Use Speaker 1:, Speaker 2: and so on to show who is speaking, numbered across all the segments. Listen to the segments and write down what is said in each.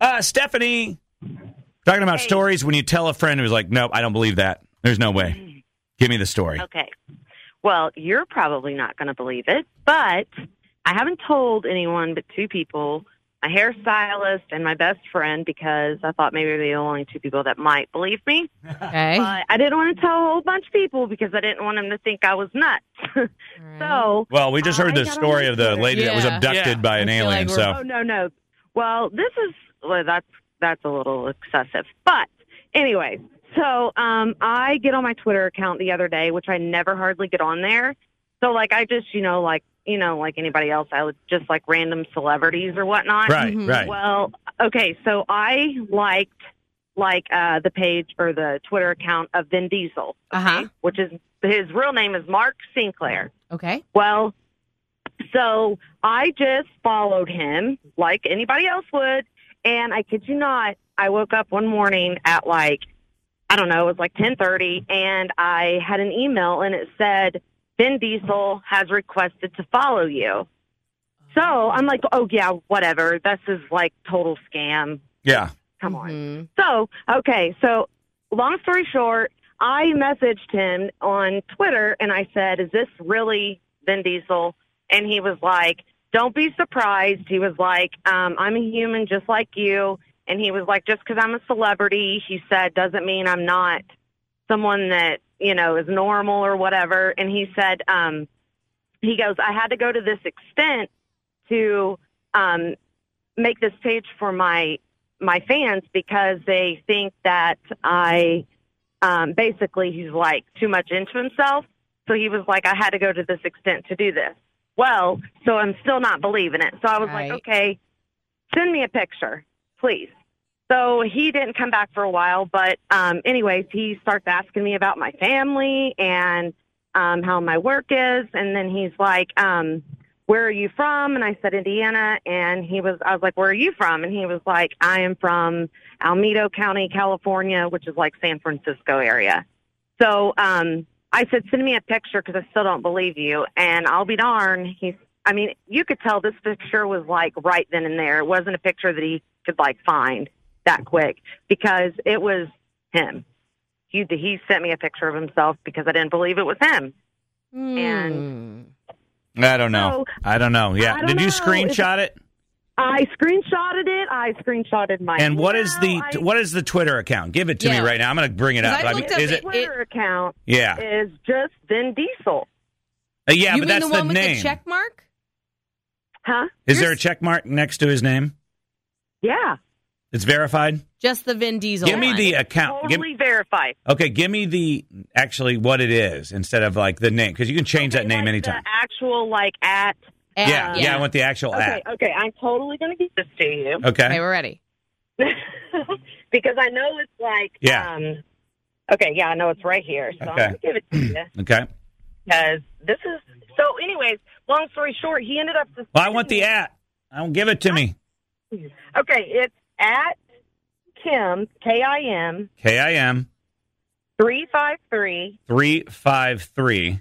Speaker 1: Uh, Stephanie, talking about
Speaker 2: Hey.
Speaker 1: stories when you tell a friend who's like, nope, I don't believe that. There's no way. Give me the story.
Speaker 2: Okay. Well, you're probably not going to believe it, but I haven't told anyone but two people my hairstylist and my best friend because I thought maybe they're the only two people that might believe me.
Speaker 3: Okay.
Speaker 2: But I didn't want to tell a whole bunch of people because I didn't want them to think I was nuts. so,
Speaker 1: Well, we
Speaker 3: Uh,
Speaker 1: just
Speaker 2: I
Speaker 1: heard the
Speaker 2: got on
Speaker 1: story of the
Speaker 2: Twitter.
Speaker 1: lady that was
Speaker 3: Yeah.
Speaker 1: abducted
Speaker 4: Yeah.
Speaker 1: by an
Speaker 3: I feel like
Speaker 1: alien.
Speaker 3: we're-
Speaker 1: so
Speaker 2: oh, no, no. Well, this is, well, that's, that's a little excessive. But anyway, so um, I get on my Twitter account the other day, which I never hardly get on there. So, like, I just, you know, like, you know, like anybody else, I would just like random celebrities or whatnot.
Speaker 1: right,
Speaker 3: Mhm.
Speaker 1: right.
Speaker 2: Well, okay, so I liked like uh, the page or the Twitter account of Vin Diesel,
Speaker 3: Uh huh.
Speaker 2: which is his real name is Mark Sinclair.
Speaker 3: Okay.
Speaker 2: Well, so I just followed him like anybody else would, and I kid you not, I woke up one morning at like I don't know, it was like ten thirty, and I had an email and it said Vin Diesel has requested to follow you. So I'm like, oh yeah, whatever. This is like total scam.
Speaker 1: yeah.
Speaker 2: Come on.
Speaker 3: Mhm.
Speaker 2: So, okay, so long story short, I messaged him on Twitter and I said, Is this really Vin Diesel? And he was like, Don't be surprised. He was like, um, I'm a human just like you. And he was like, Just because I'm a celebrity, he said, doesn't mean I'm not someone that, you know, is normal or whatever. And he said, um, He goes, I had to go to this extent to um, make this page for my my fans because they think that I um, basically he's like too much into himself. So he was like, I had to go to this extent to do this. Well, so I'm still not believing it. So I was
Speaker 3: Right.
Speaker 2: like, okay, send me a picture, please. So he didn't come back for a while, but um, anyways, he starts asking me about my family and um, how my work is, and then he's like, um, where are you from? And I said, Indiana. And he was, I was like, where are you from? And he was like, I am from Almedo County, California, which is like San Francisco area. So, um, I said, send me a picture because I still don't believe you. And I'll be darned. He's, I mean, you could tell this picture was like right then and there. It wasn't a picture that he could like find that quick because it was him. He, he sent me a picture of himself because I didn't believe it was him. And-
Speaker 3: Mm.
Speaker 1: I don't know.
Speaker 2: So-
Speaker 1: I don't know. Yeah.
Speaker 2: I don't
Speaker 1: Did you
Speaker 2: know.
Speaker 1: screenshot it?
Speaker 2: I screenshotted it. I screenshotted my
Speaker 1: And what is the
Speaker 2: email. I-
Speaker 1: what is the Twitter account? Give it to
Speaker 3: Yeah.
Speaker 1: me right now. I'm going to bring it
Speaker 3: 'Cause
Speaker 1: up.
Speaker 3: I looked up
Speaker 1: is
Speaker 2: the
Speaker 1: it?
Speaker 3: it-
Speaker 2: Twitter account
Speaker 1: Yeah.
Speaker 2: is just Vin Diesel,
Speaker 1: Uh, yeah,
Speaker 3: you
Speaker 1: but
Speaker 3: mean
Speaker 1: that's
Speaker 3: the one with
Speaker 1: name.
Speaker 3: the check mark?
Speaker 2: huh?
Speaker 1: is
Speaker 3: You're
Speaker 1: there a
Speaker 3: s-
Speaker 1: check mark next to his name?
Speaker 2: Yeah,
Speaker 1: It's verified.
Speaker 3: Just the Vin Diesel.
Speaker 1: give me
Speaker 3: one.
Speaker 1: the account. Give,
Speaker 2: totally verified.
Speaker 1: okay, give me the actually what it is instead of like the name because you can change that
Speaker 2: Okay,
Speaker 1: name
Speaker 2: like
Speaker 1: anytime.
Speaker 2: The actual like at.
Speaker 3: Ad.
Speaker 1: yeah, yeah, I want the actual
Speaker 2: Okay,
Speaker 1: app.
Speaker 2: okay, I'm totally gonna give this to you
Speaker 1: Okay.
Speaker 3: Okay, we're ready.
Speaker 2: because I know it's like
Speaker 1: Yeah.
Speaker 2: Um, okay, yeah, I know it's right here, so I'm
Speaker 1: Okay.
Speaker 2: gonna give it to you
Speaker 1: Okay.
Speaker 2: because this is. So, anyways, long story short, he ended up.
Speaker 1: Well, I want the app. I don't give it to me.
Speaker 2: Okay, it's at Kim K I M
Speaker 1: K I M
Speaker 2: three five three.
Speaker 1: three five three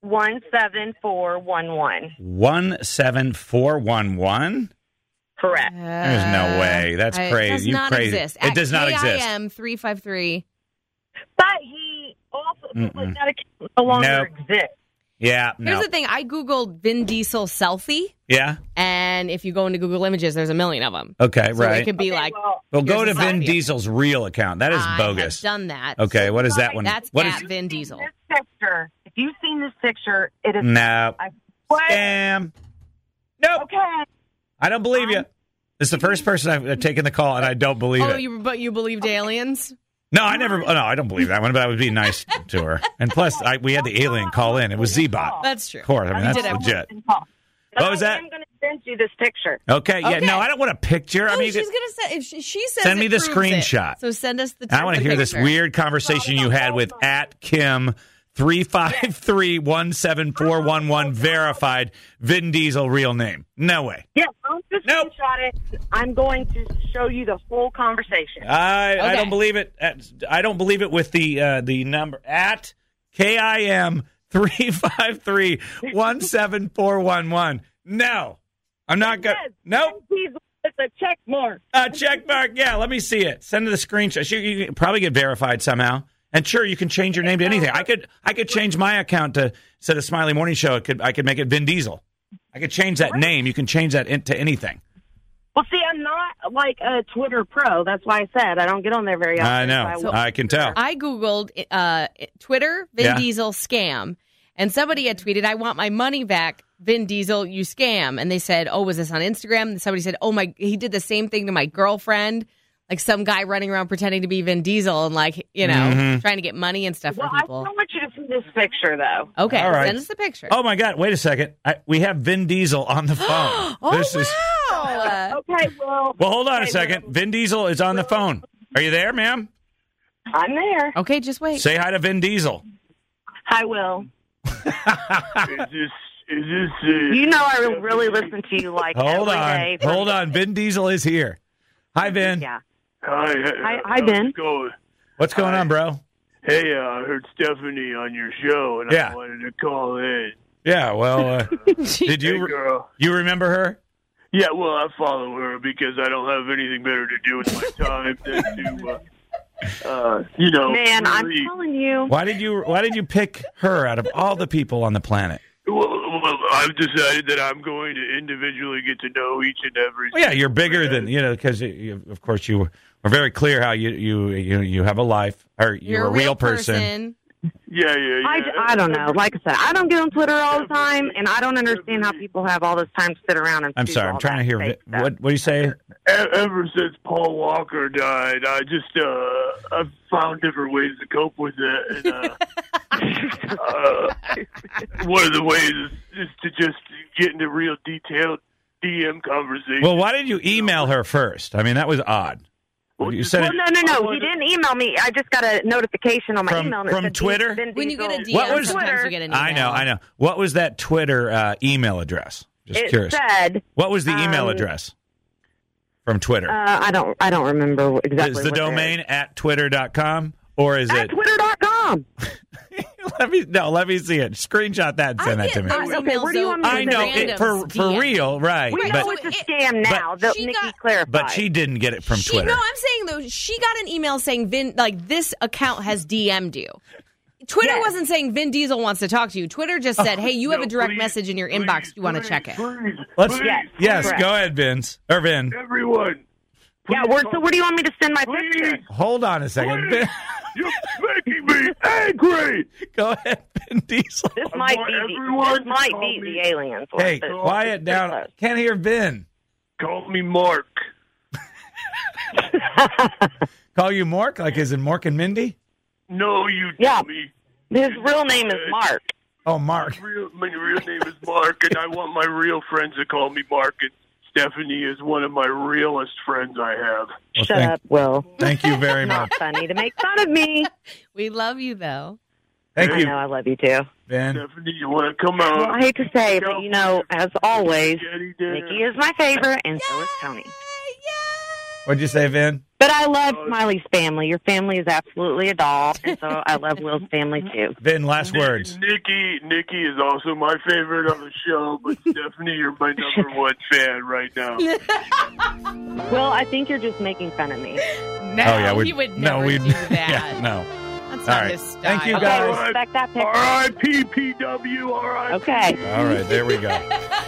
Speaker 2: One seven four one one.
Speaker 1: one seven four one one.
Speaker 2: Correct.
Speaker 3: Mm-hmm.
Speaker 1: There's no way. That's
Speaker 3: Uh, I-
Speaker 1: crazy.
Speaker 3: It does
Speaker 1: You
Speaker 3: not
Speaker 1: crazy.
Speaker 3: exist.
Speaker 1: It does not exist.
Speaker 3: KIM 353.
Speaker 2: But he also
Speaker 1: Mm-mm.
Speaker 2: like, that account no longer exists.
Speaker 1: Yeah.
Speaker 3: Here's
Speaker 1: No.
Speaker 3: the thing I Googled Vin Diesel selfie,
Speaker 1: Yeah.
Speaker 3: and if you go into Google Images, there's a million of them.
Speaker 1: Okay.
Speaker 3: So
Speaker 1: right.
Speaker 3: it could be
Speaker 2: Okay,
Speaker 3: like,
Speaker 2: well,
Speaker 1: well, go to
Speaker 3: here's a
Speaker 1: Vin
Speaker 3: selfie.
Speaker 1: Diesel's real account. That is
Speaker 3: I
Speaker 1: bogus.
Speaker 3: have done that.
Speaker 1: Okay. What is that one?
Speaker 3: That's
Speaker 1: what
Speaker 3: at
Speaker 1: is?
Speaker 3: Vin Diesel.
Speaker 2: This picture. If you've seen this picture, it is
Speaker 1: No.
Speaker 2: I- what?
Speaker 1: Scam. Nope.
Speaker 2: Okay.
Speaker 1: I don't believe you. It's the first person I've I've taken the call, and I don't believe
Speaker 3: Um, Oh,
Speaker 1: it.
Speaker 3: you, but you believed aliens?
Speaker 1: no, I never. oh, No, I don't believe that one. But I would be nice to her. And plus, I, we had the alien call in. It was Zbot.
Speaker 3: That's true.
Speaker 1: Of course. I mean,
Speaker 3: We
Speaker 1: that's
Speaker 3: did have-
Speaker 1: legit.
Speaker 2: But
Speaker 1: What was that?
Speaker 2: I'm going to send you this picture.
Speaker 1: Okay. Yeah.
Speaker 3: Okay.
Speaker 1: No, I don't want a picture.
Speaker 3: No,
Speaker 1: I mean,
Speaker 3: she's
Speaker 1: it-
Speaker 3: gonna send. If she, she says,
Speaker 1: Send me
Speaker 3: it
Speaker 1: the
Speaker 3: proves it.
Speaker 1: screenshot.
Speaker 3: So send us the.
Speaker 1: I want to
Speaker 3: the
Speaker 1: hear this
Speaker 3: picture.
Speaker 1: weird conversation you had with at Kim. Three five three one seven four one one verified Vin Diesel real name. No way.
Speaker 2: Yeah, I'll just
Speaker 1: Nope.
Speaker 2: screenshot it. I'm going to show you the whole conversation.
Speaker 1: I I
Speaker 3: Okay.
Speaker 1: don't believe it. At- I don't believe it with the uh, the number at K I M three five three one seven four one one. No, I'm not gonna.
Speaker 2: Yes,
Speaker 1: Nope.
Speaker 2: Vin Diesel
Speaker 4: it's a check mark.
Speaker 1: A check mark. Yeah, let me see it. Send the screenshot. Sure, You, can probably get verified somehow. And sure, you can change your name to anything. I could I could change my account to instead of Smiley Morning Show, it could I could make it Vin Diesel. I could change that name. You can change that in, to anything.
Speaker 2: Well, see, I'm not like a Twitter pro. That's why I said I don't get on there very often.
Speaker 1: I
Speaker 2: so
Speaker 1: know.
Speaker 2: will-
Speaker 1: I can tell.
Speaker 3: I Googled uh, Twitter, Vin
Speaker 1: Yeah.
Speaker 3: Diesel scam, and somebody had tweeted, I want my money back, Vin Diesel, you scam. And they said, Oh, was this on Instagram? And somebody said, Oh, my, he did the same thing to my girlfriend. Like some guy running around pretending to be Vin Diesel and like, you know,
Speaker 1: Mm-hmm.
Speaker 3: trying to get money and stuff
Speaker 2: well,
Speaker 3: from
Speaker 2: I
Speaker 3: people. Oh,
Speaker 2: don't want you to see this picture though.
Speaker 3: Okay,
Speaker 1: All right.
Speaker 3: send us the picture.
Speaker 1: Oh my God! Wait a second. I, we have Vin Diesel on the phone.
Speaker 3: Oh,
Speaker 1: this is
Speaker 3: wow.
Speaker 2: Okay, well,
Speaker 1: well. Hold on a
Speaker 2: okay,
Speaker 1: second. Vin Diesel is on the phone. Are you there, ma'am?
Speaker 2: I'm there.
Speaker 1: oh.
Speaker 3: okay, just wait.
Speaker 1: Say hi to Vin Diesel.
Speaker 2: I will.
Speaker 5: is this is this uh,
Speaker 2: You know, I really listen to you like
Speaker 1: Hold
Speaker 2: every
Speaker 1: on.
Speaker 2: day.
Speaker 1: Hold on. Vin Diesel is here. Hi, Vin.
Speaker 2: Yeah.
Speaker 5: hi,
Speaker 2: Hi-
Speaker 5: hi,
Speaker 2: hi, Ben.
Speaker 5: Going?
Speaker 1: What's going on, bro?
Speaker 5: Hey, uh, I heard Stephanie on your show, and
Speaker 1: Yeah.
Speaker 5: I wanted to call in.
Speaker 1: Yeah. Well, uh, did
Speaker 5: hey,
Speaker 1: you re-
Speaker 5: girl.
Speaker 1: you remember her?
Speaker 5: Yeah, well, I follow her because I don't have anything better to do with my time than to, uh, uh, you know,
Speaker 2: Man, I'm
Speaker 5: really-
Speaker 2: telling you.
Speaker 1: Why did you Why did you pick her out of all the people on the planet?
Speaker 5: Well, well, I've decided that I'm going to individually get to know each and every.
Speaker 1: Well, yeah, you're bigger than you know because of course you were very clear how you you you, you have a life or you're, a real, person.
Speaker 5: yeah, yeah, yeah.
Speaker 2: I, I don't know. Like I said, I don't get on Twitter all the time, and I don't understand how people have all this time to sit around and.
Speaker 1: I'm
Speaker 2: do
Speaker 1: sorry. I'm
Speaker 2: all
Speaker 1: trying to hear
Speaker 2: that fake
Speaker 1: Vi-
Speaker 2: stuff.
Speaker 1: what what do you say?
Speaker 5: E- ever since Paul Walker died, I just uh, I've found different ways to cope with it. And, uh, uh, one of the ways is, is to just get into real detailed DM conversation.
Speaker 1: Well, why did you email her first? I mean, that was odd.
Speaker 5: Well,
Speaker 1: You
Speaker 5: just
Speaker 1: said
Speaker 2: Well,
Speaker 1: it,
Speaker 2: no, no, no. He didn't email me. I just got a notification on my
Speaker 1: From-
Speaker 2: email. and it
Speaker 1: from
Speaker 2: said,
Speaker 1: Twitter?
Speaker 2: "Vin
Speaker 3: When you get a DM,
Speaker 2: Diesel."
Speaker 1: What was-
Speaker 3: sometimes you get an email.
Speaker 1: I know, I know. What was that Twitter uh, email address? Just
Speaker 2: it
Speaker 1: curious.
Speaker 2: said,
Speaker 1: what was the email
Speaker 2: um,
Speaker 1: address from Twitter?
Speaker 2: uh, I don't, I don't remember exactly.
Speaker 1: is
Speaker 2: what
Speaker 1: the
Speaker 2: it
Speaker 1: domain at twitter.com or is
Speaker 2: is.
Speaker 1: it
Speaker 2: at twitter.com?
Speaker 1: let me no let me see it screenshot that and
Speaker 3: I
Speaker 1: send that
Speaker 3: get
Speaker 1: to me
Speaker 3: those
Speaker 2: Okay,
Speaker 3: emails,
Speaker 2: where do you
Speaker 3: though,
Speaker 2: want me to
Speaker 1: i know
Speaker 3: random
Speaker 1: it, for for
Speaker 3: DM.
Speaker 1: real right
Speaker 3: We
Speaker 2: We
Speaker 1: but
Speaker 2: know it's a
Speaker 3: it-
Speaker 2: scam now.
Speaker 3: but
Speaker 2: That
Speaker 3: she
Speaker 2: Nikki
Speaker 3: got-
Speaker 2: clarified.
Speaker 1: but she didn't get it from
Speaker 3: she,
Speaker 1: twitter
Speaker 3: No, I'm saying though, she got an email saying Vin like this account has DM'd you. Twitter
Speaker 2: Yes.
Speaker 3: wasn't saying Vin Diesel wants to talk to you. Twitter just
Speaker 1: Oh,
Speaker 3: said, "Hey, you have
Speaker 5: No,
Speaker 3: a direct
Speaker 5: please,
Speaker 3: message in your
Speaker 5: please,
Speaker 3: inbox. Do you want to
Speaker 5: please,
Speaker 3: check it?"
Speaker 5: Please,
Speaker 1: let's
Speaker 5: please,
Speaker 2: Yes.
Speaker 1: yes
Speaker 2: correct.
Speaker 1: go ahead vince or vin
Speaker 5: everyone.
Speaker 2: yeah, where, so where do you want me to send my
Speaker 5: Please,
Speaker 2: picture?
Speaker 1: hold on a second
Speaker 5: please,
Speaker 1: Vin-
Speaker 5: you're making me angry.
Speaker 1: go ahead vin diesel
Speaker 2: This
Speaker 5: I
Speaker 2: might
Speaker 5: want
Speaker 2: be the,
Speaker 5: everyone
Speaker 2: this
Speaker 5: to
Speaker 2: might
Speaker 5: call
Speaker 2: be
Speaker 5: me-
Speaker 2: the aliens. one,
Speaker 1: hey
Speaker 2: but-
Speaker 1: quiet down I can't hear vin
Speaker 5: Call me Mark.
Speaker 1: call you mork like is it mork and mindy
Speaker 5: No, you
Speaker 2: Yeah.
Speaker 5: dummy.
Speaker 2: His real name is Mark.
Speaker 1: oh mark
Speaker 5: Real, my real name is Mark, and I want my real friends to call me Mark. And Stephanie is one of my realest friends I have.
Speaker 1: Well,
Speaker 2: Shut
Speaker 1: thank-
Speaker 2: up, Will.
Speaker 1: thank you very much
Speaker 2: Not funny to make fun of me.
Speaker 3: We love you though.
Speaker 1: thank
Speaker 2: I
Speaker 1: you
Speaker 2: know I love you too.
Speaker 1: vin
Speaker 5: Stephanie, you want to come out?
Speaker 2: Well, I hate to say, but you know, as always,
Speaker 5: Spaghetti dinner.
Speaker 2: Nikki is my favorite, and so is Tony.
Speaker 1: what'd you say vin
Speaker 2: But I love Smiley's family. Your family is absolutely a doll, and so I love Will's family too.
Speaker 1: vin last
Speaker 5: Ni-
Speaker 1: words
Speaker 5: Nikki, Nikki is also my favorite on the show, but Stephanie, you're my number one fan right now.
Speaker 2: Will, I think you're just making fun of me.
Speaker 3: No,
Speaker 1: oh yeah
Speaker 3: we
Speaker 1: we
Speaker 3: would never
Speaker 1: no we'd
Speaker 3: do that.
Speaker 1: yeah no
Speaker 3: That's
Speaker 1: All
Speaker 3: not
Speaker 1: right.
Speaker 3: his style.
Speaker 1: Thank you,
Speaker 2: Okay,
Speaker 1: guys.
Speaker 2: respect that picture.
Speaker 5: R.I.P. PW. R.I.P.
Speaker 2: Okay.
Speaker 1: all right there we go